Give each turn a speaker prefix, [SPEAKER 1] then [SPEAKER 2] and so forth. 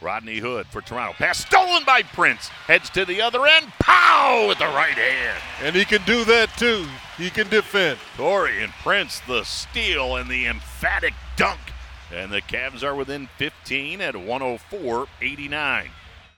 [SPEAKER 1] Rodney Hood for Toronto. Pass stolen by Prince. Heads to the other end. Pow with the right hand.
[SPEAKER 2] And he can do that too. He can defend.
[SPEAKER 1] Torrey and Prince, the steal and the oh emphatic dunk. And the Cavs are within 15 at 104 89.